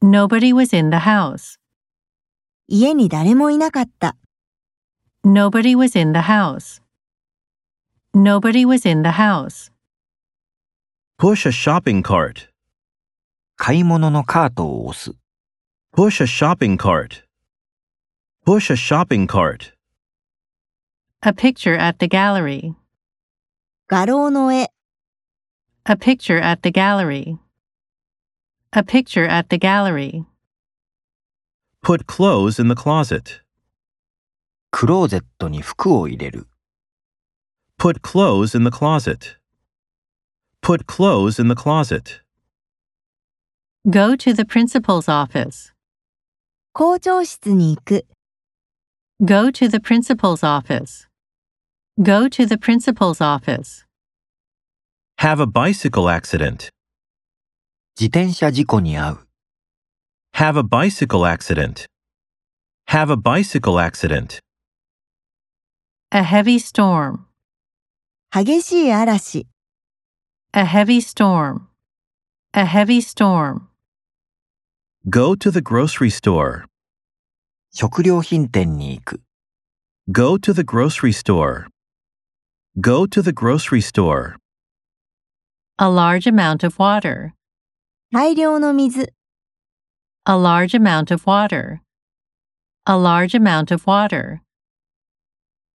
Nobody was in the house. 家に誰もいなかった。 Nobody was in the house. Nobody was in the house. Push a shopping cart. 買い物のカートを押す。 Push a shopping cart. Push a shopping cart. A picture at the gallery. 画廊の絵、 A picture at the gallery. A picture at the gallery. Put clothes in the closet. クローゼットに服を入れる。 Put clothes in the closet. Put clothes in the closet. Go to the principal's office. 校長室に行く。 Go to the principal's office. Go to the principal's office. Have a bicycle accident. 自転車事故に遭う。 Have a bicycle accident. Have a bicycle accident. A heavy storm. 激しい嵐、 A heavy storm. A heavy storm. Go to the grocery store. 食料品店に行く。 Go to the grocery store. Go to the grocery store. A large amount of water. 大量の水、 A large amount of water. A large amount of water.